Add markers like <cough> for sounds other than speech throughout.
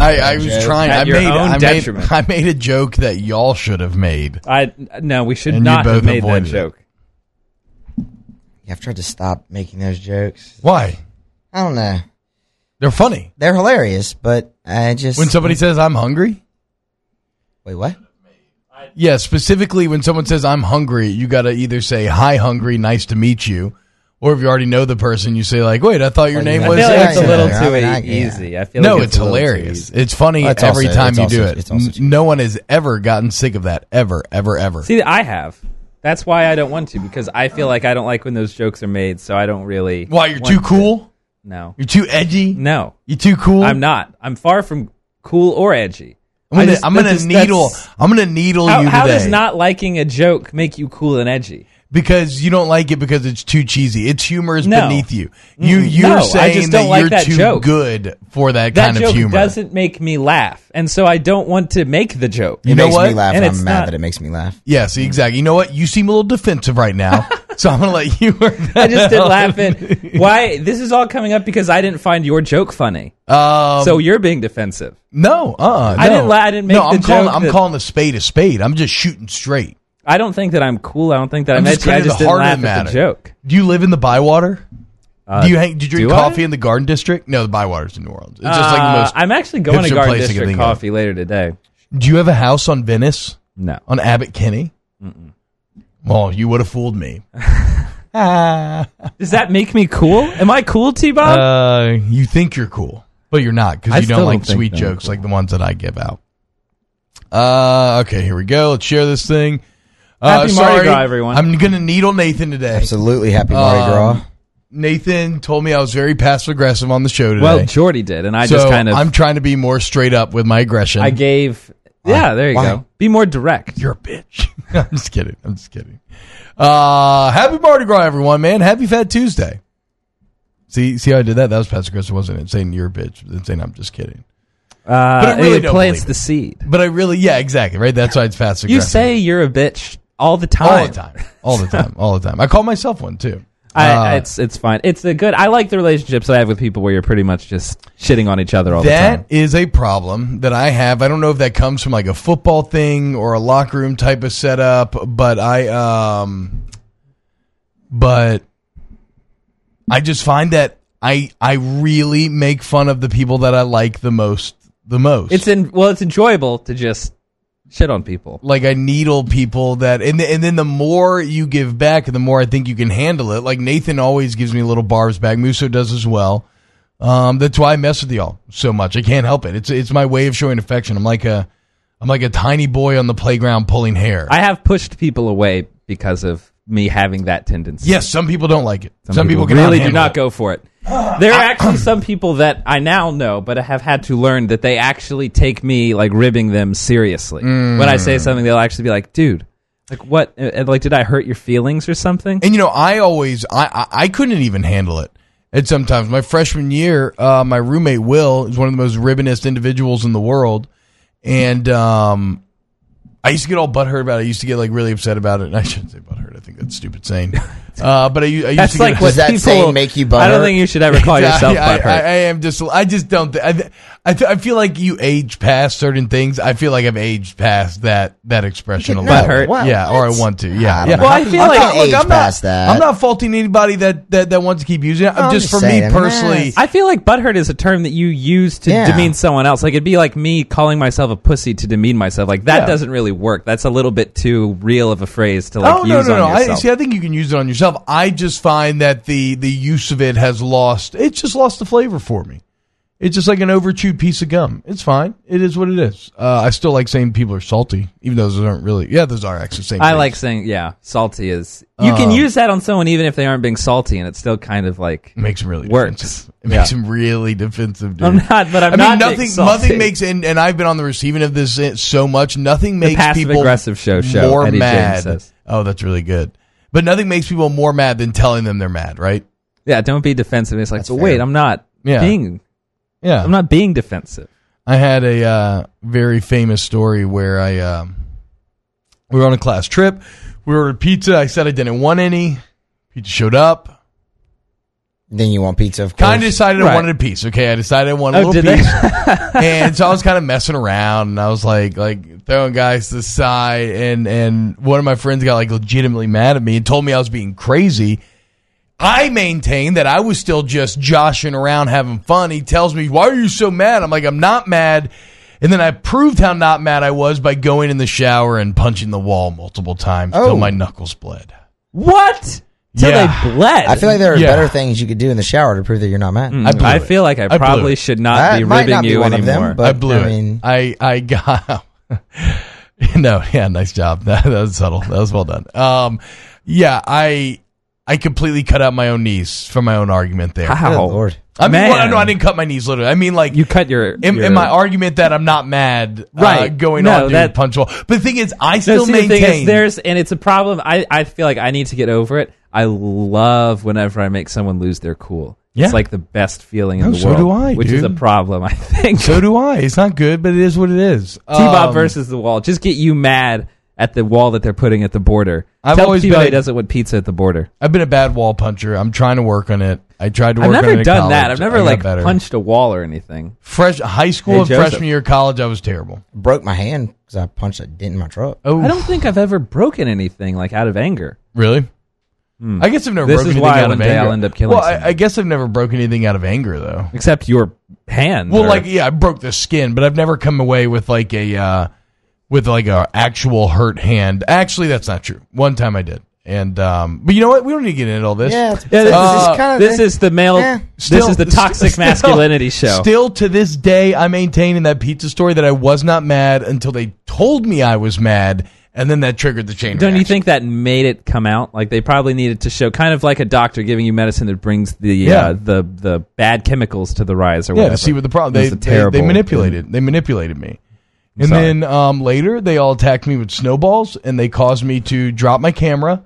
I, I was trying. At I your made, own I, made, detriment. I made a joke that y'all should have made. I no, we should And you not both have made that avoided it. joke. Yeah, I've tried to stop making those jokes. Why? I don't know. They're funny. They're hilarious, but I just When somebody says I'm hungry, wait. What? yeah, specifically when someone says I'm hungry, you got to either say hi hungry, nice to meet you, or if you already know the person, you say like, wait, I thought your Well, name you I was know. feel like it's a Yeah, little yeah, I too mean, e- I- yeah. easy. I feel No, like it's, it's, a little too hilarious. easy. It's funny Well, it's every also- time it's you also- do it. it's also- no one has ever gotten sick of that ever, ever, ever. See, I have. That's why I don't want to because I feel like I don't like when those jokes are made, so I don't really. Why you're want too to. cool? No, You're too edgy. no, You're too cool. I'm not. I'm far from cool or edgy. I'm gonna, I just- I'm gonna that's just- needle. that's- I'm gonna needle How, you how today does not liking a joke make you cool and edgy? because you don't like it because it's too cheesy. Its humor is No. beneath you. You Mm-mm. you're No, I just saying don't that like you're that too joke. good for that, That kind joke of humor. doesn't make me laugh, and so I don't want to make the joke. You It know makes what? me laugh, And and, it's I'm mad not- that it makes me laugh. Yes, exactly. You know what? You seem a little defensive right <laughs> now, so I'm gonna let you. work that I just did out. <laughs> laugh at why this is all coming up because I didn't find your joke funny. Um, so you're being defensive. no, uh, I no. didn't la- I didn't make no, the I'm calling. joke I'm that- calling a spade a spade. I'm just shooting straight. I don't think that I'm cool. I don't think that I'm I'm, just edgy. I clear to just the didn't heart of laugh the at matter. the joke. Do you live in the Bywater? do you hang? Do you drink Uh, do I? coffee in the Garden District? No, the Bywater's in New Orleans. It's just like the Uh, most. I'm actually going to hipster Garden place I can District think of. Coffee later today. Do you have a house on Venice No. on Abbott Kinney? Well, you would have fooled me. Does that make me cool? Am I cool, T Bob? Uh, you think you're cool, but you're not I because you still don't don't like think sweet that I'm jokes like the ones that I give out. Uh, okay, here we go. Let's share this thing. Uh, Happy Mardi sorry, Gras, everyone. I'm gonna needle Nathan today. Absolutely happy Mardi Um, Gras. Nathan told me I was very passive aggressive on the show today. well, Jordy did, and I so just kind of I'm trying to be more straight up with my aggression. I gave. Yeah, there you Why? go. Be more direct. You're a bitch. <laughs> I'm just kidding. I'm just kidding. Uh, happy Mardi Gras, everyone, man. Happy Fat Tuesday. See, see how I did that? That was Pastor Chris, wasn't it? Saying you're a bitch, then saying I'm just kidding. Uh, But I really it don't plants believe the seed. But I really, yeah, exactly, right? That's why it's Pastor You say you're a bitch all the time. all the time, all the time, all the time. I call myself one too. I, Uh, it's it's fine. It's a good. I like the relationships that I have with people where you're pretty much just shitting on each other all the That time. is a problem that I have. I don't know if that comes from like a football thing or a locker room type of setup, but I um but I just find that I I really make fun of the people that I like the most the most. It's in well, it's enjoyable to just shit on people. like I needle people that and and then the more you give back, the more I think you can handle it. Like Nathan always gives me little barbs back. Muso does as well. Um, that's why I mess with y'all so much. I can't help it. It's it's my way of showing affection. I'm like a I'm like a tiny boy on the playground pulling hair. I have pushed people away because of me having that tendency. yes, some people don't like it. Some, people, cannot really do handle not it. go for it. There are actually some people that I now know, but I have had to learn that they actually take me like ribbing them seriously. When I say Mm. something, they'll actually be like, "Dude, like what? uh, uh, Like did I hurt your feelings or something?" And you know, I always I I, I couldn't even handle it. And sometimes my freshman year, uh, my roommate Will is one of the most ribbonist individuals in the world, and um, I used to get all butthurt about it. I used to get like really upset about it. <laughs> And I shouldn't say butthurt. I think that's stupid <laughs> saying. Uh, but I, u- I used to That's get like what Does that people saying make you I don't butthurt? think you should ever <laughs> call Yeah, yourself I, I, butthurt. I am just. I just don't. Th- I, th- I, th- I feel like you age past certain things. I feel like I've aged past that that expression a No, lot. Butthurt. wow, yeah, or I that's- want to. Yeah, I don't yeah. know. Well, I feel I'm like- not Look, age I'm past not, that. I'm not faulting anybody that that, that wants to keep using it. I'm I'm just, just for me saying, personally. I feel like butthurt is a term that you use to Yeah. demean someone else. Like it'd be like me calling myself a pussy to demean myself. Like that Yeah. doesn't really work. That's a little bit too real of a phrase to like oh no use no no! on I, yourself. see, I think you can use it on yourself. I just find that the the use of it has lost. It's just lost the flavor for me. It's just like an overchewed piece of gum. It's fine. It is what it is. Uh, I still like saying people are salty, even though those aren't really. Yeah, those are actually the same. I things. like saying yeah, salty is. um, You can use that on someone even if they aren't being salty, and it's still kind of like It makes him really Works. defensive. It makes him really defensive. Dude. <laughs> I'm not, but I'm I mean, not being nothing. salty. Nothing makes, and, and I've been on the receiving of this uh, so much. Nothing makes passive people aggressive show- show, more Eddie James mad. says. Oh, that's really good. But nothing makes people more mad than telling them they're mad, right? yeah. Don't be defensive. It's like, That's but fair. wait, I'm not Yeah. being. Yeah, I'm not being defensive. I had a uh, very famous story where I um, we were on a class trip. We ordered pizza. I said I didn't want any. Pizza showed up. Then you want pizza, of course. Kind of decided I Right. wanted a piece. Okay, I decided I wanted Oh, a little did they? piece, <laughs> and so I was kind of messing around, and I was like, like throwing guys to the side, and and one of my friends got like legitimately mad at me and told me I was being crazy. I maintain that I was still just joshing around, having fun. He tells me, "Why are you so mad?" I'm like, "I'm not mad." And then I proved how not mad I was by going in the shower and punching the wall multiple times Oh. till my knuckles bled. What? Till Yeah. they bled. I feel like there are Yeah. Mm. better things you could do in the shower to prove that you're not mad. I blew it. feel like I, blew probably it. should not That be might ribbing not be you one of them, anymore. but- I blew I it. mean- I I got <laughs> no. Yeah, nice job. <laughs> That, that was subtle. That was well done. Um, yeah, I I completely cut out my own knees from my own argument there. How? Good Lord. I mean, Man. well, no, I didn't cut my knees literally. I mean, like you cut your in, your, in my argument that I'm not mad. uh, Right. going No, on dude, that- punch wall. But the thing is, I No, still see, maintain. the thing is, there's and it's a problem. I I feel like I need to get over it. I love whenever I make someone lose their cool. Yeah. It's like the best feeling in No, the so world. do I, which is a dude. problem. I think. so do I. It's not good, but it is what it is. <laughs> T-Bob Um, versus the wall. Just get you mad at the wall that they're putting at the border. I've Tell always T-Bob been- he doesn't want pizza at the border. I've been a bad wall puncher. I'm trying to work on it. I tried to work I've on it. never in done that. college. I've I never got like better. punched a wall or anything. Fresh high school Hey, and Joseph. freshman year of college, I was terrible. Broke my hand because I punched a dent in my truck. Oh, I don't think I've ever broken anything like out of anger. Really? I guess I've never Hmm. This broken is anything why out one of day anger. I'll end up killing well, I, someone. I guess I've never broken anything out of anger though. Except your hand. Well, or- like yeah, I broke the skin, but I've never come away with like a uh, with like a actual hurt hand. Actually, that's not true. One time I did, and um, but you know what? We don't need to get into all this. Yeah, it's- Yeah, this, Uh, is, this is the male. Yeah. Still- this is the toxic still- <laughs> masculinity show. Still to this day, I maintain in that pizza story that I was not mad until they told me I was mad, and then that triggered the chain. Don't you reaction. think that made it come out? Like they probably needed to show, kind of like a doctor giving you medicine that brings the Yeah. uh, the the bad chemicals to the rise or Yeah, whatever. to see what the problem. They, That's a they they terrible- manipulated. They manipulated me. And sorry. then um, later, they all attacked me with snowballs, and they caused me to drop my <laughs> camera.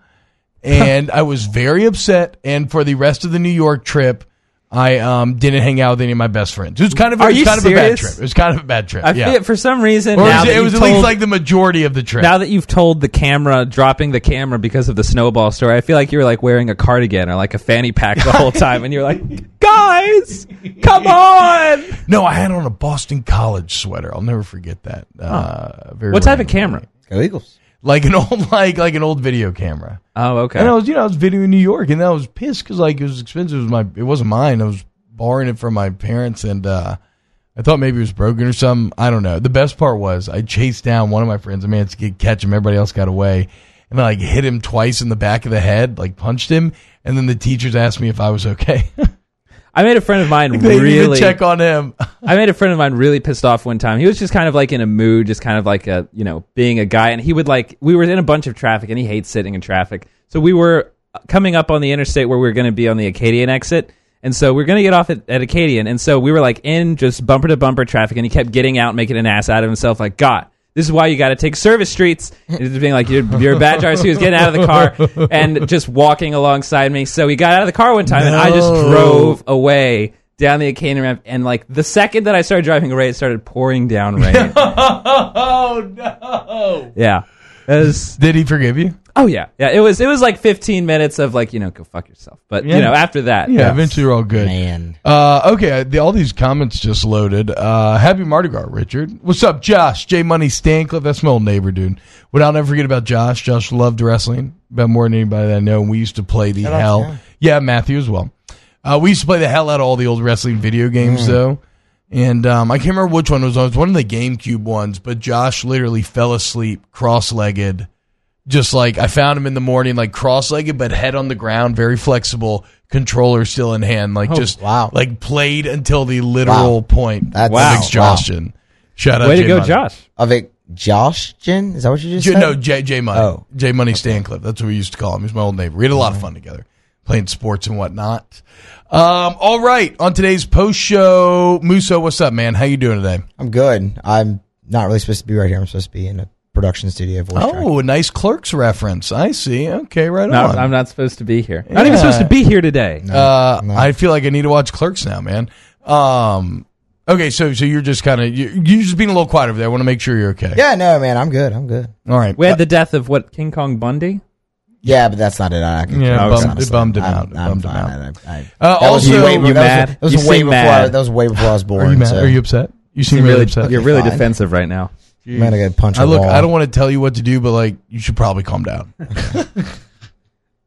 And I was very upset. And for the rest of the New York trip, I um, didn't hang out with any of my best friends. It was kind of, it Are was you kind of a bad serious? trip. It was kind of a bad trip. I yeah. feel for some reason or it now was, that it was you've at least told- like the majority of the trip. now that you've told the camera dropping the camera because of the snowball story, I feel like you were like wearing a cardigan or like a fanny pack the <laughs> whole time, and you're like, guys, come on. no, I had on a Boston College sweater. I'll never forget that. Uh, very What type of random. camera? Go Eagles. Like an old, <laughs> like like an old video camera. Oh, okay. And I was, you know, I was videoing in New York, and I was pissed because like it was expensive. It was my, it wasn't mine. I was borrowing it from my parents, and uh, I thought maybe it was broken or something. I don't know. The best part was I chased down one of my friends. I managed to get- catch him. Everybody else got away, and I like hit him twice in the back of the head, like punched him, and then the teachers asked me if I was okay. <laughs> I made a friend of mine they didn't even really check on him. I made a friend of mine really pissed off one time. He was just kind of like in a mood, just kind of like a you know being a guy, and he would like we were in a bunch of traffic, and he hates sitting in traffic. So we were coming up on the interstate where we were going to be on the Acadian exit, and so we are going to get off at, at Acadian, and so we were like in just bumper to bumper traffic, and he kept getting out, making an ass out of himself, like God. This is why you got to take service streets. And just being like, you're, you're a bad driver. So he was getting out of the car and just walking alongside me. So he got out of the car one time, and I just No. drove away down the Acadian ramp, and like the second that I started driving away, it started pouring <laughs> down rain. <laughs> oh no! yeah. It was- Did he forgive you? oh yeah, yeah. It was it was like 15 minutes of like you know go fuck yourself, but Yeah. you know after that, Yeah, eventually we're all good. Man. Uh, okay, the, all these comments just loaded. Uh, happy Mardi Gras, Richard. What's up, Josh? J Money Stancliffe. That's my old neighbor, dude. What I'll never forget about Josh. Josh loved wrestling about more than anybody that I know. And we used to play the out to hell. him. Yeah, Matthew as well. Uh, we used to play the hell out of all the old wrestling video Mm. games though, and um, I can't remember which one it was. on. It was one of the GameCube ones, but Josh literally fell asleep cross-legged just like I found him in the morning, like cross-legged, but head on the ground, very flexible, controller still in hand, like just Oh, wow. like played until the literal Wow. point That's- of Wow. exhaustion. Shout out, way to Jay go, Money. Josh. Of exhaustion? Is that what you just J- said? no, J J Money, Oh. J Money Stancliffe. That's what we used to call him. He's my old neighbor. We had a lot of fun together, playing sports and whatnot. Um, all right, on today's post show, Muso, what's up, man? How you doing today? I'm good. I'm not really supposed to be right here. I'm supposed to be in a production studio voice track. Oh, a nice Clerks reference. I see. Okay, right No, on. I'm not supposed to be here. I'm not Yeah. even supposed to be here today. Uh, I feel like I need to watch Clerks now, man. Um, okay, so so you're just kind of you, you're just being a little quiet over there. I want to make sure you're okay. Yeah, no, man. I'm good. I'm good. All right. We had the death of what King Kong Bundy. Yeah, but that's not it. I can Yeah, it honestly. bummed- it bummed him I'm- out. It I'm bummed him fine. I- I- Uh, that was also- way- You that was- mad? That was You way seem before. mad. I, that was way before I was born. Are you mad? so- Are you upset? You seem You're really really, upset. you're really Okay, fine. defensive right now. I'm gonna go punch a I look. wall. I don't want to tell you what to do, but like, you should probably calm down.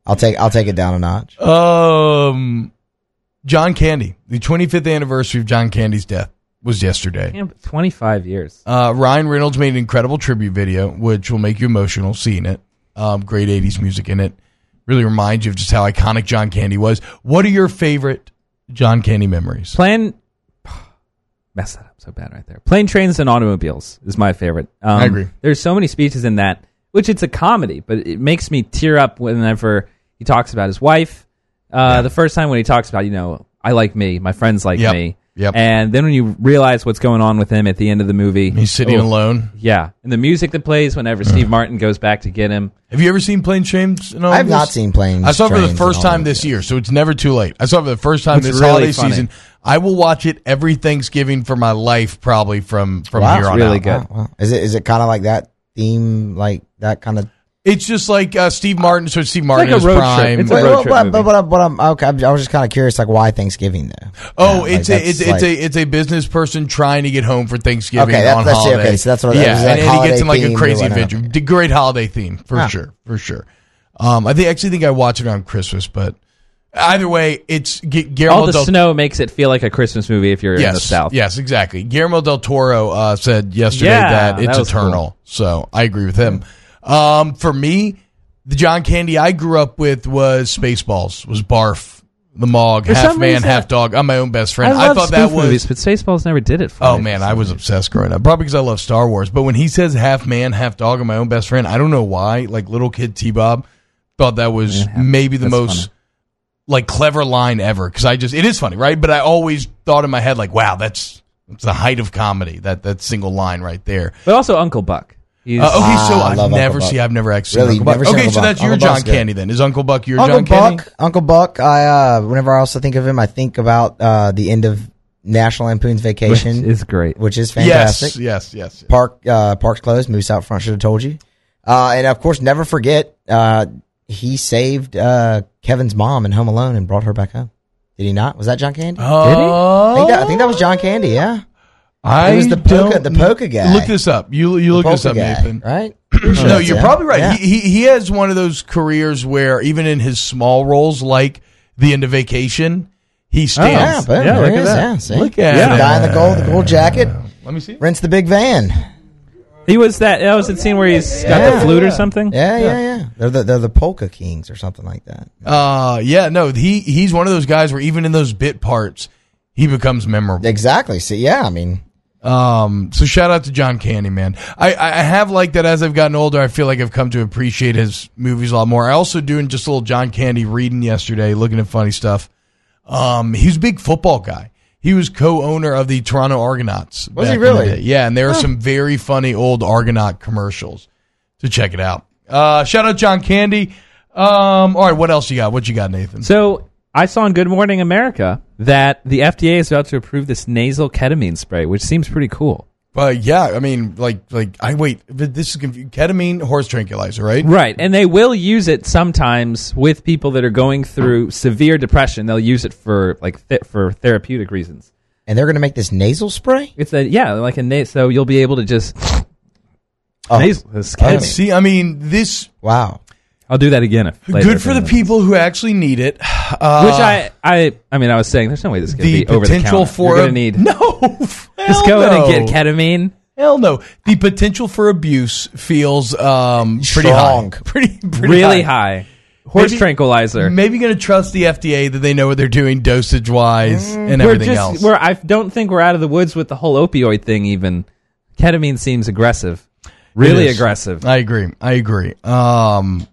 I'll take. I'll take it down a notch. Um, John Candy. The 25th anniversary of John Candy's death was yesterday. Damn, 25 years. Uh, Ryan Reynolds made an incredible tribute video, which will make you emotional seeing it. Um, great 80s music in it. Really reminds you of just how iconic John Candy was. What are your favorite John Candy memories? <sighs> Plan. Mess that up so bad right there. Plane, trains, and automobiles is my favorite. Um, I agree. There's so many speeches in that, which it's a comedy, but it makes me tear up whenever he talks about his wife. Uh, The first time when he talks about, you know, I like me, my friends like Yep. me. Yep. And then when you realize what's going on with him at the end of the movie, He's sitting Oh, alone. Yeah, and the music that plays whenever Steve Martin goes back to get him. Have you ever seen Plane Trains? and I've not Automobiles? seen planes. I saw it for trains, the and first all time that this shit. year, so it's never too late. I saw it for the first time It's this really holiday funny. season. I will watch it every Thanksgiving for my life, probably from from Wow, here it's on really out. good. Wow, wow. Is it? Is it kind of like that theme? Like that kind of. It's just like uh, Steve Martin. So it's Steve Martin like a is road trip. prime. It's a But, road but, trip but, movie. but, I'm, but I'm okay. I'm- I was just kind of curious, like why Thanksgiving though? Yeah, oh, like, it's that's a it's, like- it's a it's a business person trying to get home for Thanksgiving Okay, that's- on that's it. holiday. Okay, so that's what- yeah, it's like and, and he holiday gets in like a themed or crazy whatnot. adventure. The great holiday theme for Ah. sure, for sure. Um, I think actually think I watch it around Christmas, but either way, it's Gu- Guillermo All the del snow makes it feel like a Christmas movie if you're yes, in the South. Yes, exactly. Guillermo del Toro uh, said yesterday Yeah, that it's that was eternal. So I agree with him. Um, for me, the John Candy I grew up with was Spaceballs, was Barf, the Mog, half some man, reason- half dog. I'm my own best I, friend. I, love thought that spoof was. movies, but Spaceballs never did it for Oh me. man, I was obsessed growing up. Probably because I love Star Wars. But when he says half man, half dog, and my own best friend, I don't know why. Like little kid T Bob thought that was half- maybe the that's most funny. like clever line ever. Because I just it is funny, right? But I always thought in my head like, wow, that's that's the height of comedy. That that single line right there. But also Uncle Buck. He's, Uh, okay, so Ah, I I've love Uncle never Buck. see. I've never actually seen Really, Uncle Buck. never seen okay, Uncle so Buck. that's your Uncle John Buck's good. Candy then. Is Uncle Buck your Uncle John Buck. Candy? Uncle Buck. I uh, whenever I also think of him, I think about uh, the end of National <laughs> Lampoon's which <laughs> Vacation, is great. which is fantastic. Yes, yes, yes. yes. Park uh, Parks closed. Moose out front should have told you. Uh, and of course, never forget uh, he saved uh, Kevin's mom in Home Alone and brought her back home. Did he not? Was that John Candy? Oh. I, think that, I think that was John Candy. Yeah, Oh, I It was the polka- don't- the polka guy. Look this up. You you look this Polka up, guy, Nathan. Right? <clears throat> no, you're Yeah. probably right. Yeah. He, he he has one of those careers where even in his small roles, like the end of Vacation, Oh, he yeah, stands. boom, Yeah, there look he at is. that. Yeah, see? Look at Yeah. it. guy in the gold, the gold jacket, Let me see. rents the big van. He was that. That was that scene where he's got Yeah. the flute or something. Yeah, yeah, yeah. They're the they're the polka kings or something like that. Uh, yeah, no, he he's one of those guys where even in those bit parts, he becomes memorable. Exactly. See, yeah, I mean, Um, so shout out to John Candy, man. I I I have liked that as I've gotten older. I feel like I've come to appreciate his movies a lot more. I also doing just a little John Candy reading yesterday, looking at funny stuff. Um, he was a big football guy. He was co-owner of the Toronto Argonauts. Was he back in really? the day. Yeah, and there are some very funny old Argonaut commercials. So check it out. Uh, shout out John Candy. Um, all right, what else you got? What you got, Nathan? So I saw in Good Morning America that the FDA is about to approve this nasal ketamine spray, which seems pretty cool. Uh, yeah, I mean, like, like I wait. This is confusing. ketamine, horse tranquilizer, right? Right, and they will use it sometimes with people that are going through severe depression. They'll use it for like th- for therapeutic reasons. and they're gonna make this nasal spray. It's a yeah, like a na- so you'll be able to just Oh, nasal. it's And ketamine. see, I mean, this wow. I'll do that again. If later good if for the anyone- people who actually need it. Uh, Which I, I, I mean, I was saying, there's no way this could the be over the potential counter. for You're gonna ab- <laughs> need no. just hell go no. in and get ketamine. Hell no. The potential for abuse feels um pretty Strong. high. <laughs> Pretty, pretty really high. Horse Maybe- tranquilizer. Maybe going to trust the FDA that they know what they're doing dosage wise and Mm, we're everything just, else. we're, I don't think we're out of the woods with the whole opioid thing. Even ketamine seems aggressive, really It is. aggressive. I agree. I agree. Um,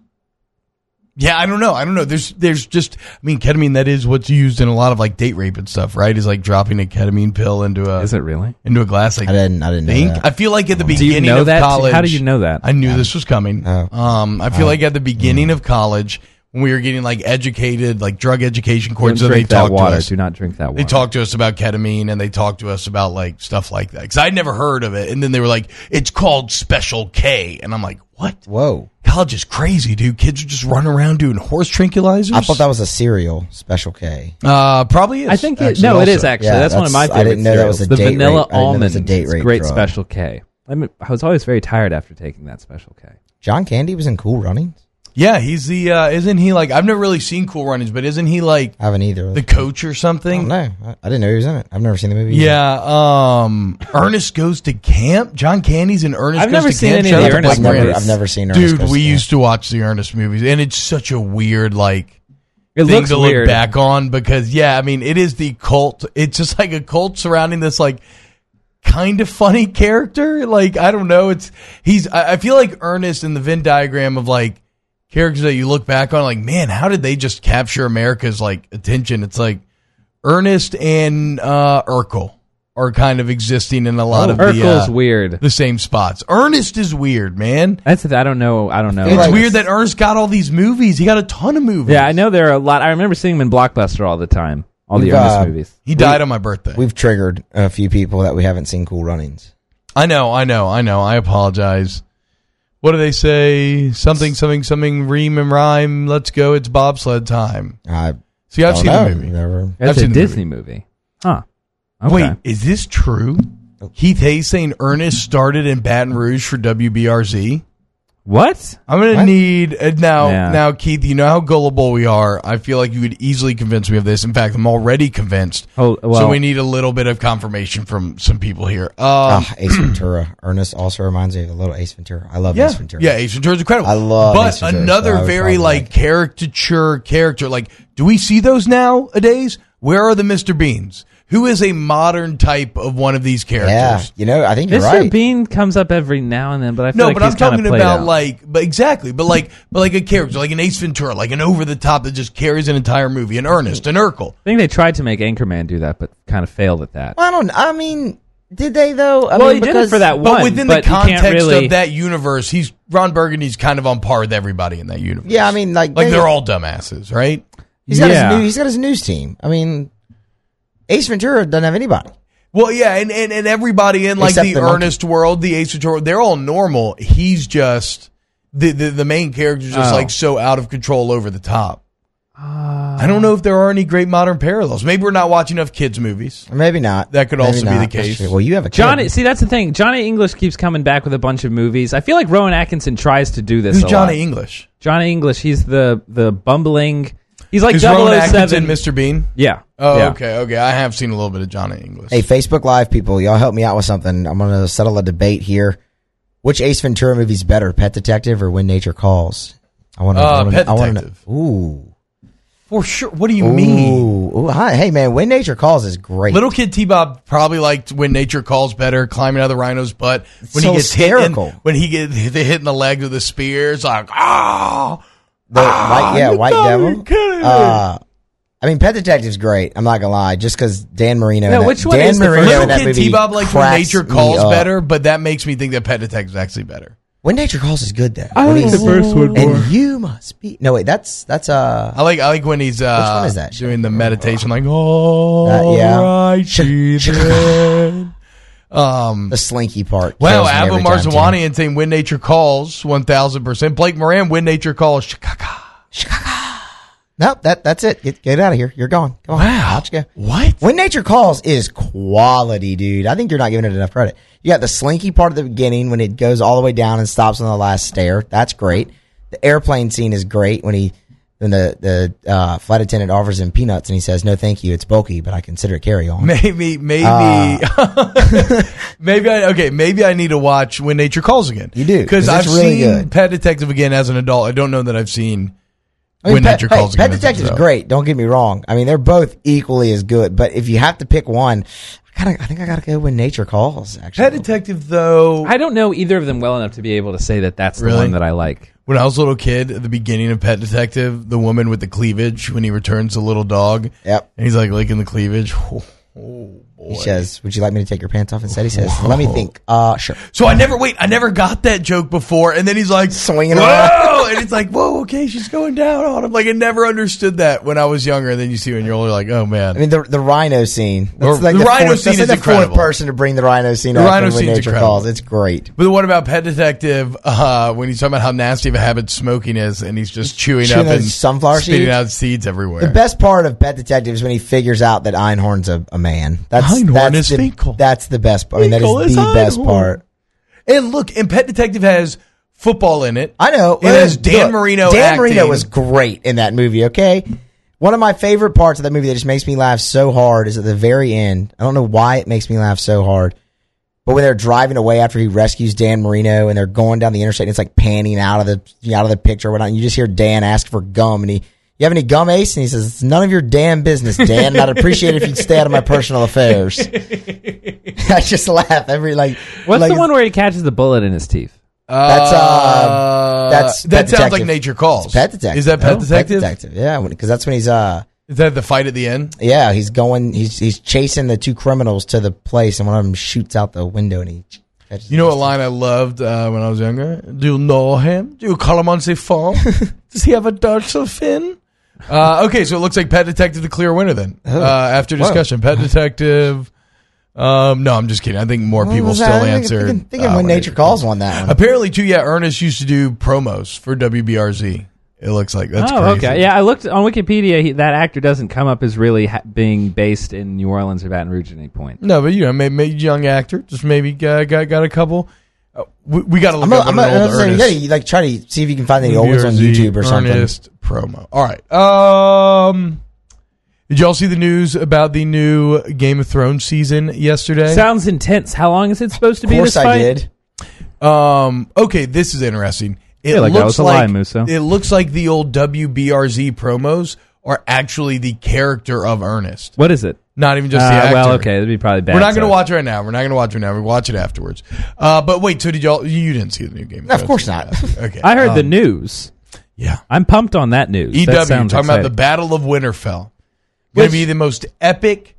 yeah, I don't know. I don't know. There's, there's just. I mean, ketamine. That is what's used in a lot of like date rape and stuff, right? Is like dropping a ketamine pill into a Is it really? into a glass. Like, I didn't. I didn't think. know that. I feel like at the Do beginning you know of that? college. How do you know that? I knew this was coming. Oh. Um, I feel like at the beginning of college, when we were getting like educated, like drug education Don't courses. and drink they that talked water. to us. Do not drink that water. They talked to us about ketamine and they talked to us about like stuff like that because I'd never heard of it. And then they were like, "It's called Special K," and I'm like, "What? Whoa. College is crazy, dude. Kids are just running around doing horse tranquilizers." I thought that was a cereal, Special K. uh, probably. Is, I think it, actually, no, it also. is actually. Yeah, that's, one of my that's- favorites. I didn't know that was a the date rate- vanilla I didn't know it almond. was a date rate great drug. special K. I mean, I was always very tired after taking that special K. John Candy was in Cool Runnings. Yeah, he's the. Uh, isn't he like? I've never really seen Cool Runnings, but isn't he like I haven't either. the coach or I something? don't know. I, I didn't know he was in it. I've never seen the movie. either. Yeah, um, Ernest goes to camp. John Candy's in Ernest I've goes never to seen camp. any Shout of out the to Ernest Blake I've movies. never, Moran. I've never seen Ernest Dude, Goes to we Camp. used to watch the Ernest movies, and it's such a weird like It thing looks to weird. look back on because yeah, I mean, it is the cult. It's just like a cult surrounding this like kind of funny <laughs> character. Like I don't know. It's he's. I, I feel like Ernest in the Venn diagram of like characters that you look back on, like man, how did they just capture America's like attention? It's like Ernest and uh, Urkel are kind of existing in a lot of the, Oh, Urkel's uh, weird. the same spots. Ernest is weird, man. That's the th- I don't know. I don't know. It's like- weird that Ernest got all these movies. He got a ton of movies. yeah, I know there are a lot. I remember seeing him in Blockbuster all the time. All the We've, Ernest uh, movies. He died on my birthday. We've triggered a few people that we haven't seen Cool Runnings. I know, I know, I know. I apologize. What do they say? Something, something, something. Ream and rhyme. Let's go. It's bobsled time. I See, I've don't seen know. the movie. Never. That's a seen the Disney movie. Huh. Okay. Wait, is this true? Keith Hayes saying Ernest started in Baton Rouge for WBRZ. What? I'm gonna What? need uh, now. Yeah. Now, Keith, you know how gullible we are. I feel like you could easily convince me of this. In fact, I'm already convinced. Oh, well. so we need a little bit of confirmation from some people here. Um, Ah, Ace Ventura. <clears throat> Ernest also reminds me of a little Ace Ventura. I love Yeah, Ace Ventura. yeah, Ace Ventura's incredible. I love but Ace Ventura, so another I would very probably like like it. caricature character. Like, do we see those nowadays? Where are the Mister Beans? Who is a modern type of one of these Yeah. characters? You know, I think you're Mr. right. Bean comes up every now and then, but I feel No, like but he's I'm talking kinda played about out. like, but exactly, but like, but like a character, like an Ace Ventura, like an over the top that just carries an entire movie, an Ernest, an Urkel. I think they tried to make Anchorman do that, but kind of failed at that. I don't. I mean, did they though? I well, mean, he did it because- for that But one, within but the you can't context really, of that universe, he's Ron Burgundy's kind of on par with everybody in that universe. Yeah, I mean, like, like they- they're all dumbasses, right? He's got Yeah. his new, he's got his news team. I mean, Ace Ventura doesn't have anybody. Well, yeah, and, and, and everybody in like Except the, the monkey. earnest world, the Ace Ventura, they're all normal. He's just the the, the main character's just Oh. like so out of control, over the top. I don't know if there are any great modern parallels. Maybe we're not watching enough kids movies. Or maybe not. That could Maybe also be not. the That's case. true. Well, you have a kid. Johnny. See, that's the thing. Johnny English keeps coming back with a bunch of movies. I feel like Rowan Atkinson tries to do this. Who's a Johnny lot. English? Johnny English. He's the the bumbling. He's like Is Rowan 007. Atkinson Mr. Bean? yeah. Oh, yeah. okay, okay. I have seen a little bit of Johnny English. Hey, Facebook Live people, y'all help me out with something. I'm going to settle a debate here. Which Ace Ventura movie's better, Pet Detective or When Nature Calls? I want to. Uh, I wanna, Pet I wanna, Detective. Ooh. For sure. What do you mean? Ooh. Ooh. Hi. Hey, man. When Nature Calls is great. Little kid T Bob probably liked when nature calls better, climbing out of the rhino's butt. When So he gets hit in- hysterical. when he gets hit in the leg with the spears, like ah. The white, yeah, you White gotta be Devil. kidding me. Uh, I mean, Pet Detective's great. I'm not gonna lie, just because Dan Marino. Yeah, in that, which one Dan is the Marino first in Little that kid movie T Bob liked when cracks nature me calls up. better, but that makes me think that Pet Detective is actually better. When Nature Calls is good, though. I When like the he's- first one more. And you must be. No, wait. That's that's uh. I like I like when he's uh, Which one is that? doing the meditation, like oh That- yeah. right, Sh- she sh- <laughs> then. Um, The slinky part. Wow, kills me Abba every time, too. Marzawani saying When Nature Calls, 1000%. Blake Moran, When Nature Calls, Chicago. Nope. That that's it. Get get out of here. You're gone. Come on. Out you go. What? When Nature Calls is quality, dude. I think you're not giving it enough credit. You got the slinky part at the beginning when it goes all the way down and stops on the last stair. That's great. The airplane scene is great when he when the the uh, flight attendant offers him peanuts and he says, "No, thank you. It's bulky, but I consider it carry on." Maybe, maybe, Ah. <laughs> maybe I, okay, maybe I need to watch When Nature Calls again. You do, Because 'cause I've it's seen really good. Pet Detective again as an adult. I don't know that I've seen When Pet- Nature hey, Calls Pet again. as an Detective's adult. great. Don't get me wrong. I mean, they're both equally as good. But if you have to pick one, I kind of I think I gotta go when Nature Calls. Actually, Pet Detective, though, I don't know either of them well enough to be able to say that that's Really? the one that I like. when I was a little kid, at the beginning of Pet Detective, the woman with the cleavage, when he returns the little dog, Yep. <laughs> and he's like licking the cleavage. Oh, He says, "Would you like me to take your pants off?" And said, "He says, let me think. Uh, sure." So I never wait. I never got that joke before, and then he's like Swinging whoa, around. and it's like whoa, okay, she's going down on him. Like I never understood that when I was younger, and then you see when you're older, like oh man, I mean, the the rhino scene. Or- the rhino fourth, scene that's like is the incredible. fourth person to bring the rhino scene The up rhino in when scene's nature incredible. calls. It's great. But what about Pet Detective uh, when he's talking about how nasty of a habit smoking is, and he's just chewing, Chewing up those and sunflower spitting seeds? out seeds everywhere? The best part of Pet Detective is when he figures out that Einhorn's a, a man. That's Einhorn that's is the, Finkel. That's the best. part. I mean, that Finkel is, is the best Einhorn. part. and look, and Pet Detective has football in it. I know. It has Look, Dan Marino. Dan acting. Marino was great in that movie. Okay. One of my favorite parts of that movie that just makes me laugh so hard is at the very end. I don't know why it makes me laugh so hard, but when they're driving away after he rescues Dan Marino and they're going down the interstate, and it's like panning out of the out of the picture, or whatnot. And you just hear Dan ask for gum, and he, "You have any gum, Ace?" And he says, "It's none of your damn business, Dan. And I'd appreciate it if you'd stay out of my personal affairs." <laughs> I just laugh every like. What's like, the one where he catches the bullet in his teeth? That's, Uh, that's that Pet sounds like Detective. Nature Calls. Oh, Pet detective. Is that Pet Detective? Pet detective. Yeah, because that's when he's uh Is that the fight at the end? Yeah, he's going. He's he's chasing the two criminals to the place, and one of them shoots out the window, and he catches. You know what line I loved uh, when I was younger? Do you know him? Do you call him on the <laughs> phone? Does he have a Dutch fin? Uh, okay, so it looks like Pet Detective the clear winner then. Oh. Uh, after discussion, Pet Detective. Um, no, I'm just kidding. I think more What people was still that? I think- answer. Thinking, thinking uh, when nature calls one that one. Apparently, too. Yeah, Ernest used to do promos for WBRZ. It looks like that's oh, crazy. okay. Yeah, I looked on Wikipedia. He, that actor doesn't come up as really ha- being based in New Orleans or Baton Rouge at any point. No, but you know, maybe, maybe young actor, just maybe got got, got a couple. Uh, we, we got to look I'm gonna, up I'm an gonna, old I'm gonna Ernest. say, you gotta like try to see if you can find any old ones on BRZ YouTube or something. Ernest promo. All right. Um, did y'all see the news about the new Game of Thrones season yesterday? Sounds intense. How long is it supposed to Of be? course, this I fight? did. Um, okay, this is interesting. It feel like that looks was a lie, like Musso. it looks like the old WBRZ promos are actually the character of Ernest, What is it? not even just the Uh, actor. well, okay, that'd be probably bad. We're not going to so- watch it right now. We're not going to watch it now. We watch it afterwards. Uh, but wait, so did y'all? You didn't see the new game? No, of Thrones. course not. Okay. <laughs> I heard the news. yeah. I'm pumped on that news. EW That E talking sounds about the exciting. Battle of Winterfell. Going to be the most epic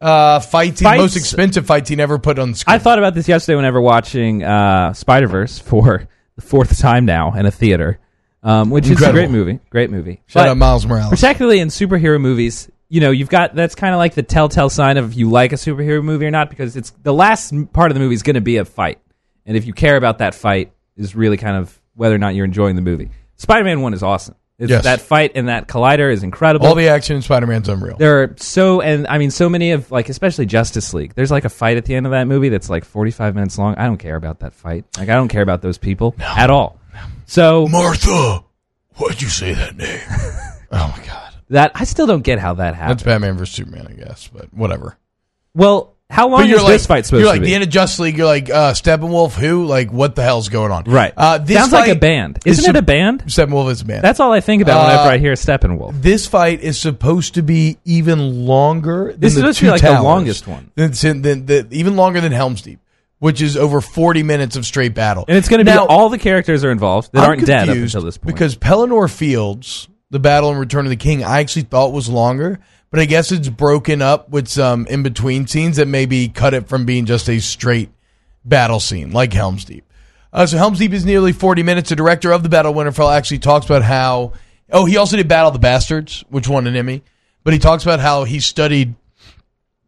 uh, fight scene, Fights- most expensive fight scene ever put on the screen. I thought about this yesterday whenever watching uh, Spider Verse for the fourth time now in a theater, um, which Incredible. is a great movie. Great movie. Shout But out Miles Morales. particularly in superhero movies, you know, you've got that's kind of like the telltale sign of if you like a superhero movie or not, because it's the last m- part of the movie is going to be a fight, and if you care about that fight, is really kind of whether or not you're enjoying the movie. Spider-Man One is awesome. It's, Yes. That fight and that collider is incredible. All the action in Spider Man's unreal. there are so and I mean so many of like especially Justice League. There's like a fight at the end of that movie that's like 45 minutes long. I don't care about that fight. Like I don't care about those people at all. So Martha, why'd you say that name? <laughs> oh my god, that I still don't get how that happened. that's Batman versus Superman, I guess. But whatever. well, how long But is you're like this fight supposed you're like to be? the end of Justice League. You're like uh, Steppenwolf. Who? Like what the hell's going on? Right. Uh, this Sounds like fight a band. is Isn't sup- it a band? Steppenwolf is a man. That's all I think about whenever Uh, I hear Steppenwolf. this fight is supposed to be even longer than This is the supposed to two be, like, the towers. longest one. Than, than, than- than- even longer than Helm's Deep, which is over 40 minutes of straight battle. And it's going to be Now, all the characters are involved that I'm aren't dead up confused until this point. Because Pelennor Fields, the battle in Return of the King, I actually thought was longer, but I guess it's broken up with some in between scenes that maybe cut it from being just a straight battle scene like Helm's Deep. Uh, so Helm's Deep is nearly 40 minutes. The director of the Battle of Winterfell actually talks about how. Oh, he also did Battle of the Bastards, which won an Emmy. But he talks about how he studied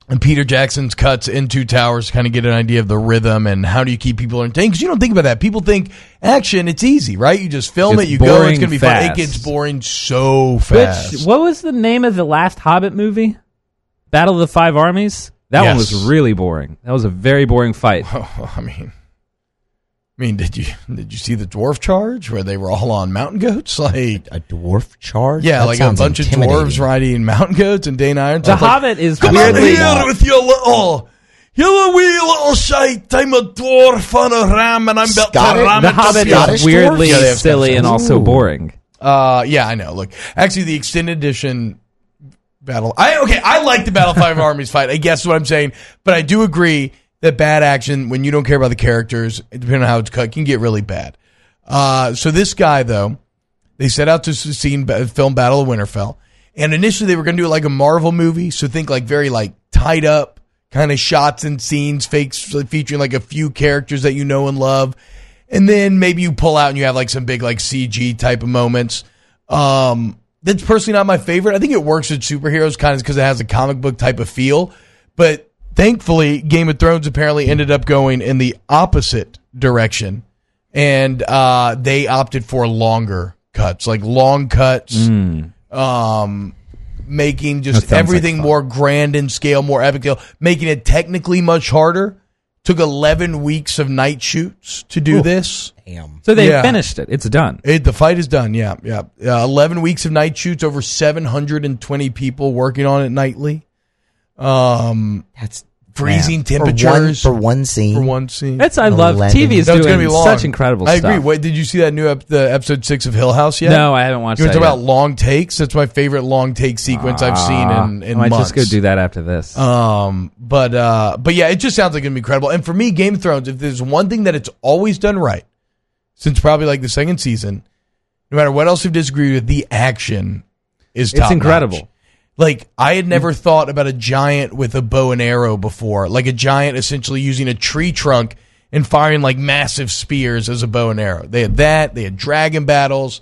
and Peter Jackson's cuts in Two Towers to kind of get an idea of the rhythm and how do you keep people entertained? Because you don't think about that. People think action, it's easy, right? You just film It's it, you go, it's boring going to be fun. It fast. gets boring so fast. Which, what was the name of the last Hobbit movie? Battle of the Five Armies? That one Yes. was really boring. That was a very boring fight. <laughs> Oh, I mean, I mean, did you did you see the dwarf charge where they were all on mountain goats? <laughs> Like, A dwarf charge. yeah, That like a sounds bunch of intimidating. dwarves riding mountain goats and Dane Irons. The I was like, Hobbit is Come on weirdly really here not. with your little, you wee little shite. I'm a dwarf on a ram, and I'm about to Scottish- ram The it to Hobbit Scottish is weirdly dwarves. Yeah, they have silly Scottish and accents. also boring. Uh, yeah, I know. Look, actually, the extended edition battle. I okay. I like the Battle Five Armies fight. I guess is what I'm saying, but I do agree that bad action when you don't care about the characters, depending on how it's cut, can get really bad. Uh, so this guy though, they set out to s- scene ba- film Battle of Winterfell, and initially they were going to do it like a Marvel movie. So think like very like tied up, kind of shots and scenes, fakes featuring like a few characters that you know and love, and then maybe you pull out and you have like some big like CG type of moments. Um, that's personally not my favorite. I think it works with superheroes kind of because it has a comic book type of feel, but thankfully, Game of Thrones apparently ended up going in the opposite direction, and uh, they opted for longer cuts, like long cuts. Hmm. Um, making That just sounds like everything fun. more grand in scale, more epic, scale, making it technically much harder. Took 11 weeks of night shoots to do this. Damn. So they Yeah. finished it. It's done. It, the fight is done. Yeah, yeah. Uh, Eleven weeks of night shoots, over seven hundred and twenty people working on it nightly. Um, That's freezing Man. temperatures for one, for one scene. for one scene. That's I love Eleven. TV is No, That's doing gonna be long. such incredible I stuff. agree. Wait, did you see that new ep- the episode six of Hill House yet? No, I haven't watched You want that to talk yet. about long takes? That's my favorite long take sequence I've seen in, in Uh, Ah, I might months. just go do that after this. Um, but uh, but yeah, it just sounds like it'd be incredible. And for me, Game of Thrones, if there's one thing that it's always done right since probably like the second season, no matter what else you disagree with, the action is It's top-notch. incredible. Like I had never thought about a giant with a bow and arrow before, like a giant essentially using a tree trunk and firing like massive spears as a bow and arrow. They had that. They had dragon battles.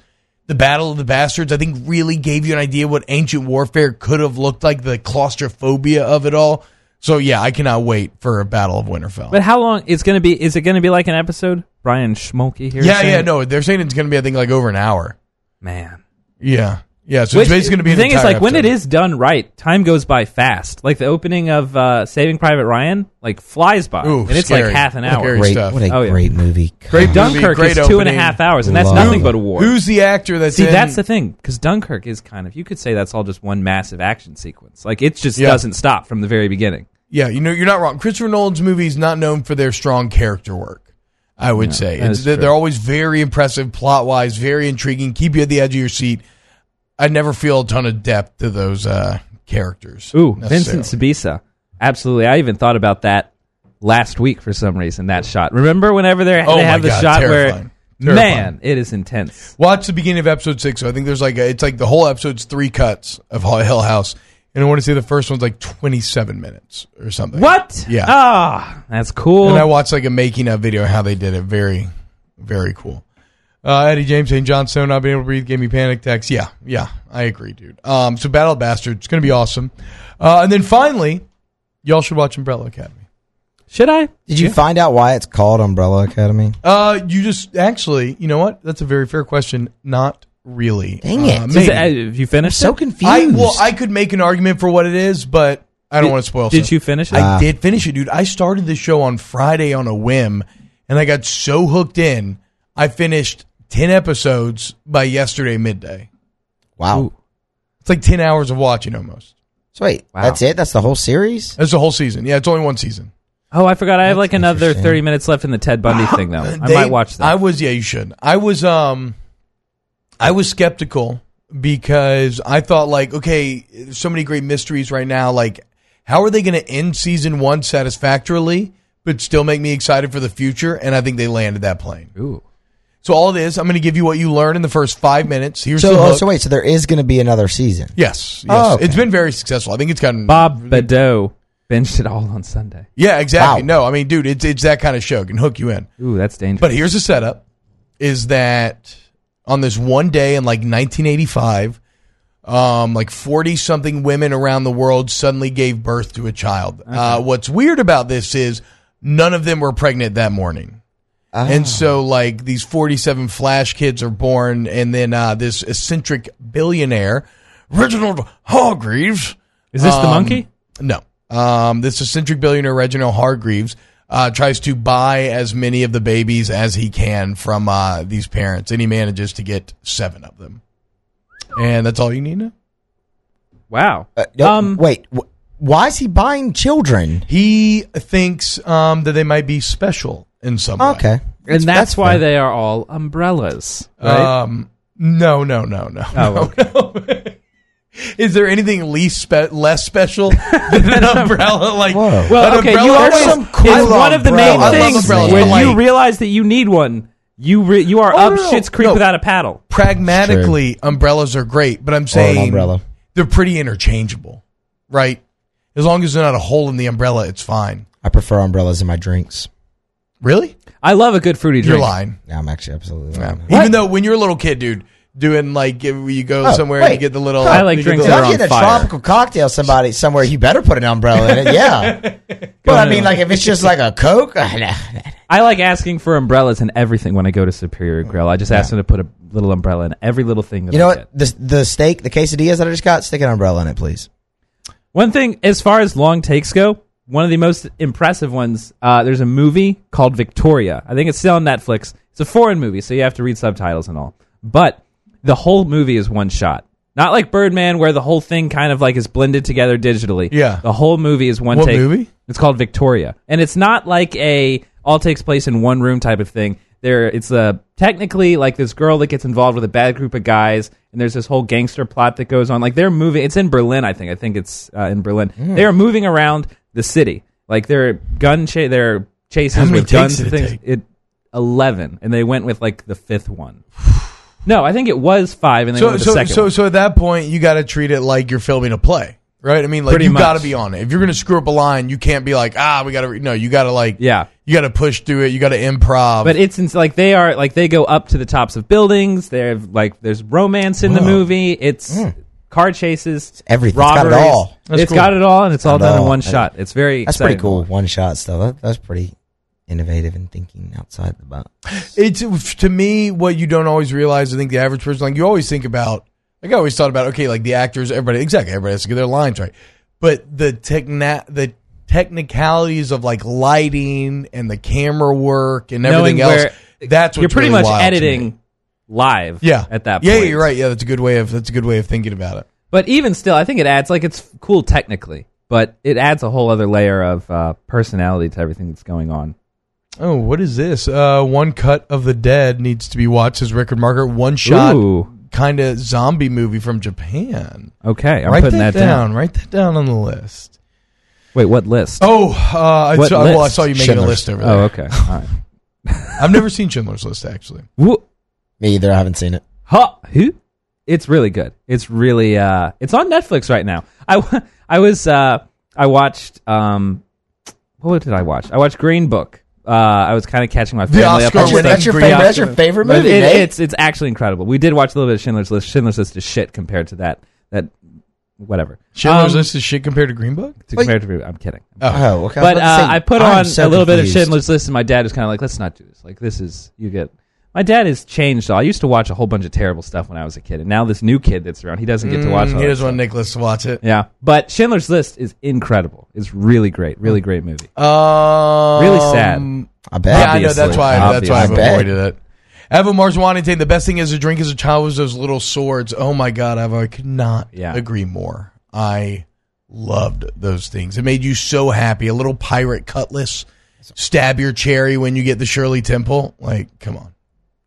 The Battle of the Bastards, I think, really gave you an idea what ancient warfare could have looked like, the claustrophobia of it all. So yeah, I cannot wait for a Battle of Winterfell. but how long it's going to be? Is it going to be like an episode? Brian Schmolke here. yeah, saying- yeah, no, they're saying it's going to be, I think, like over an hour. man. Yeah, yeah. So Which- it's basically going to be the an thing is entire like when it episode. is done right, time goes by fast. Like the opening of uh, Saving Private Ryan, like flies by, Ooh, and it's scary. like half an hour. Scary Great, stuff. what a Oh, yeah. great movie. Great God. movie, Dunkirk great is two and a opening. half hours, and that's Love nothing it. but war. Who's the actor that's See, in- that's the thing because Dunkirk is kind of you could say that's all just one massive action sequence. Like it just Yeah. doesn't stop from the very beginning. Yeah, you know, you're not wrong. Christopher Nolan's movies not known for their strong character work. I would say that it's, is they're, true. they're always very impressive plot wise, very intriguing, keep you at the edge of your seat. I never feel a ton of depth to those uh, characters. Ooh, necessarily. Vincent Sabisa. Absolutely. I even thought about that last week for some reason, that shot. Remember whenever they're, Oh they my have the God, shot terrifying. where, Terrifying. man, it is intense. Watch the beginning of episode six. So I think there's like a, it's like the whole episode's three cuts of Ho- Hill House, and I want to say the first one's like 27 minutes or something. What? Yeah. Ah, that's cool. And I watched like a making of video how they did it. Very, very cool. Uh, Eddie James saying John Snow not being able to breathe gave me panic attacks. Yeah, yeah, I agree, dude. Um, so Battle of Bastards, it's gonna be awesome. Uh, and then finally, y'all should watch Umbrella Academy. Should I? Did you find out why it's called Umbrella Academy? Uh, you just actually, you know what? That's a very fair question. Not really. Dang Uh, it. uh, maybe. Is it- uh, have you finished So it? confused. I well, I could make an argument for what it is, but I don't want to spoil. Did something. you finish it? I did finish it, dude. I started the show on Friday on a whim, and I got so hooked in. I finished ten episodes by yesterday midday. wow. Ooh. It's like ten hours of watching almost. So wait, Wow. that's it? That's the whole series? That's the whole season. Yeah, it's only one season. oh, I forgot. I have like another interesting. 30 minutes left in the Ted Bundy thing, though. I They- might watch that. I was yeah, you should. I was um, I was skeptical because I thought like, okay, there's so many great mysteries right now. Like, how are they going to end season one satisfactorily, but still make me excited for the future? And I think they landed that plane. Ooh. So all it is, I'm going to give you what you learn in the first five minutes. Here's So, the oh, hook. so wait, so there is going to be another season. yes, yes. Oh, okay. it's been very successful. I think it's gotten. Bob Badeau binged it all on Sunday. yeah, exactly. Wow. No, I mean, dude, it's it's that kind of show It can hook you in. Ooh, that's dangerous. But here's the setup: is that on this one day in like 1985, um, like 40 something women around the world suddenly gave birth to a child. Uh, what's weird about this is none of them were pregnant that morning. And so, like, these 47 Flash kids are born, and then uh, this eccentric billionaire, Reginald Hargreaves. is this the um, monkey? No. Um, this eccentric billionaire, Reginald Hargreaves, uh, tries to buy as many of the babies as he can from uh, these parents, and he manages to get seven of them. And that's all you need to know? Wow. Uh, no, um, wait, wh- why is he buying children? He thinks um, that they might be special in some way. Okay. and that's why fair. they are all umbrellas, right? Um, no, no, no, no. Oh, <laughs> no, no. <laughs> Is there anything least spe- less special <laughs> than <laughs> an umbrella? Like, Whoa. Well, an okay, umbrella you is- always some cool it's one of the main umbrellas, things man. when Like- you realize that you need one. You re- you are Oh, up no, no, shit's creek no. without a paddle. pragmatically, umbrellas are great, but I'm saying umbrella. they're pretty interchangeable, right? As long as there's not a hole in the umbrella, it's fine. I prefer umbrellas in my drinks. Really? I love a good fruity drink. You're lying. No, I'm actually absolutely. Yeah. lying. Even though when you're a little kid, dude, doing like if you go Oh, somewhere and wait. you get the little. I like you get drinks the- that are If on I'm getting a fire. tropical cocktail somebody somewhere, you better put an umbrella in <laughs> it. Yeah. but I mean, like if it's just like a Coke, <laughs> nah. <laughs> I like asking for umbrellas and everything when I go to Superior Grill. I just ask them to put a little umbrella in every little thing. That you know I what? Get. The the steak, the quesadillas that I just got, stick an umbrella in it, please. One thing, as far as long takes go, one of the most impressive ones. Uh, there's a movie called Victoria. I think it's still on Netflix. It's a foreign movie, so you have to read subtitles and all. But the whole movie is one shot. Not like Birdman, where the whole thing kind of like is blended together digitally. Yeah. the whole movie is one What take. movie? It's called Victoria, and it's not like a all takes place in one room type of thing. There, it's a technically like this girl that gets involved with a bad group of guys, and there's this whole gangster plot that goes on. Like they're moving. It's in Berlin, I think. I think it's uh, in Berlin. They are moving around the city. Like they're gun cha- they're chases How many with takes guns did and it things. take? It eleven, and they went with like the fifth one. <sighs> No, I think it was five, and they So went with so the second. so one. so at that point, you got to treat it like you're filming a play, right? I mean, like Pretty you got to much. be on it. If you're gonna screw up a line, you can't be like, ah, we got to. Re-. No, you got to like, Yeah. you got to push through it. You got to improv. But it's ins- like they are like they go up to the tops of buildings. They're like there's romance in the movie. It's Hmm. car chases, it's everything. It's got it robberies. all. That's It's cool. got it all, and it's all got it done in all. one That- shot. It's very That's exciting. pretty cool. One shot stuff. That, that's pretty innovative and thinking outside the box. it's to me what you don't always realize. I think the average person, like you always think about, like I always thought about, okay, like the actors, everybody, exactly, everybody has to get their lines right, but the techna the technicalities of like lighting and the camera work and everything Knowing else. where- That's what's You're pretty really much wild to me. editing live. Yeah, at that. point. Yeah, you're right. Yeah, that's a good way of that's a good way of thinking about it. But even still, I think it adds like it's cool technically, but it adds a whole other layer of uh, personality to everything that's going on. Oh, what is this? Uh, one cut of the dead needs to be watched as Rickard Marker. One shot, Ooh, kind of zombie movie from Japan. okay, I'm write putting that, that, down. Write that down on the list. Wait, what list? Oh, uh, I What saw, well, I list? saw you making a Schindler's. list over there. oh okay. All right. I've never seen Schindler's List actually. Woo- Me either. I haven't seen it. Huh? Who? It's really good. It's really uh, it's on Netflix right now. I <laughs> wa- I was uh, I watched um, what did I watch? I watched Green Book. Uh, I was kind of catching my family up. Oscar on winning stuff. That's your Green favorite. That's Oscar. your favorite But movie, eh? it- Nate? it's it's actually incredible. We did watch a little bit of Schindler's List. Schindler's List is shit compared to that. That whatever. Schindler's Um, List is shit compared to Green Book. to compared to I'm kidding. oh, okay. But I was about to uh, say, I put I'm on so a little bit of confused. Schindler's List, and my dad was kind of like, "Let's not do this. Like this is you get." My dad has changed. I used to watch a whole bunch of terrible stuff when I was a kid, and now this new kid that's around, he doesn't get to Mm, watch. all Mm, He that doesn't want stuff. Nicholas to watch it. Yeah, but Schindler's List is incredible. It's really great, really great movie. Um, Really sad. I Yeah, bet. I know. That's why. Obviously. That's why I I've bet. avoided it. Evan Marjwani saying the best thing is a drink as a child was those little swords. Oh my god, Evan, I could not Yeah. agree more. I loved those things. It made you so happy. A little pirate cutlass, stab your cherry when you get the Shirley Temple. Like, come on.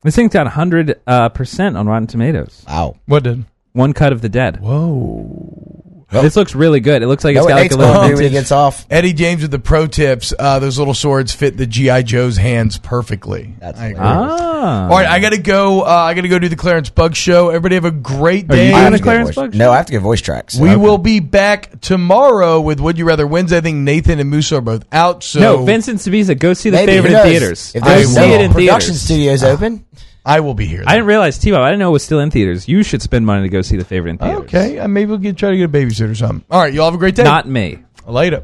This thing's got 100 uh, percent on Rotten Tomatoes. Wow. What did? One cut of the dead. Whoa. This looks really good. It looks like Know it's what got like Nate's a little going to do when he vintage. gets off? Eddie James with the pro tips. Uh, those little swords fit the GI Joe's hands perfectly. That's I agree. Ah, All right, I gotta go. Uh, I gotta go do the Clarence Bug Show. Everybody have a great Are you day. doing I have the to get Clarence voice- Bugshaw? No, I have to get voice tracks. We Okay. will be back tomorrow with Would You Rather Wednesday. I think Nathan and Moose are both out. So no, Vincent Sabiza, go see the Maybe, favorite who in knows? theaters. If Go there's see no it in production theaters. studios open, I will be here. I didn't realize T-Bob. I didn't know it was still in theaters. You should spend money to go see the favorite in theaters. okay, uh, maybe we'll get try to get a babysitter or something. All right, y'all have a great day. Not me. Later.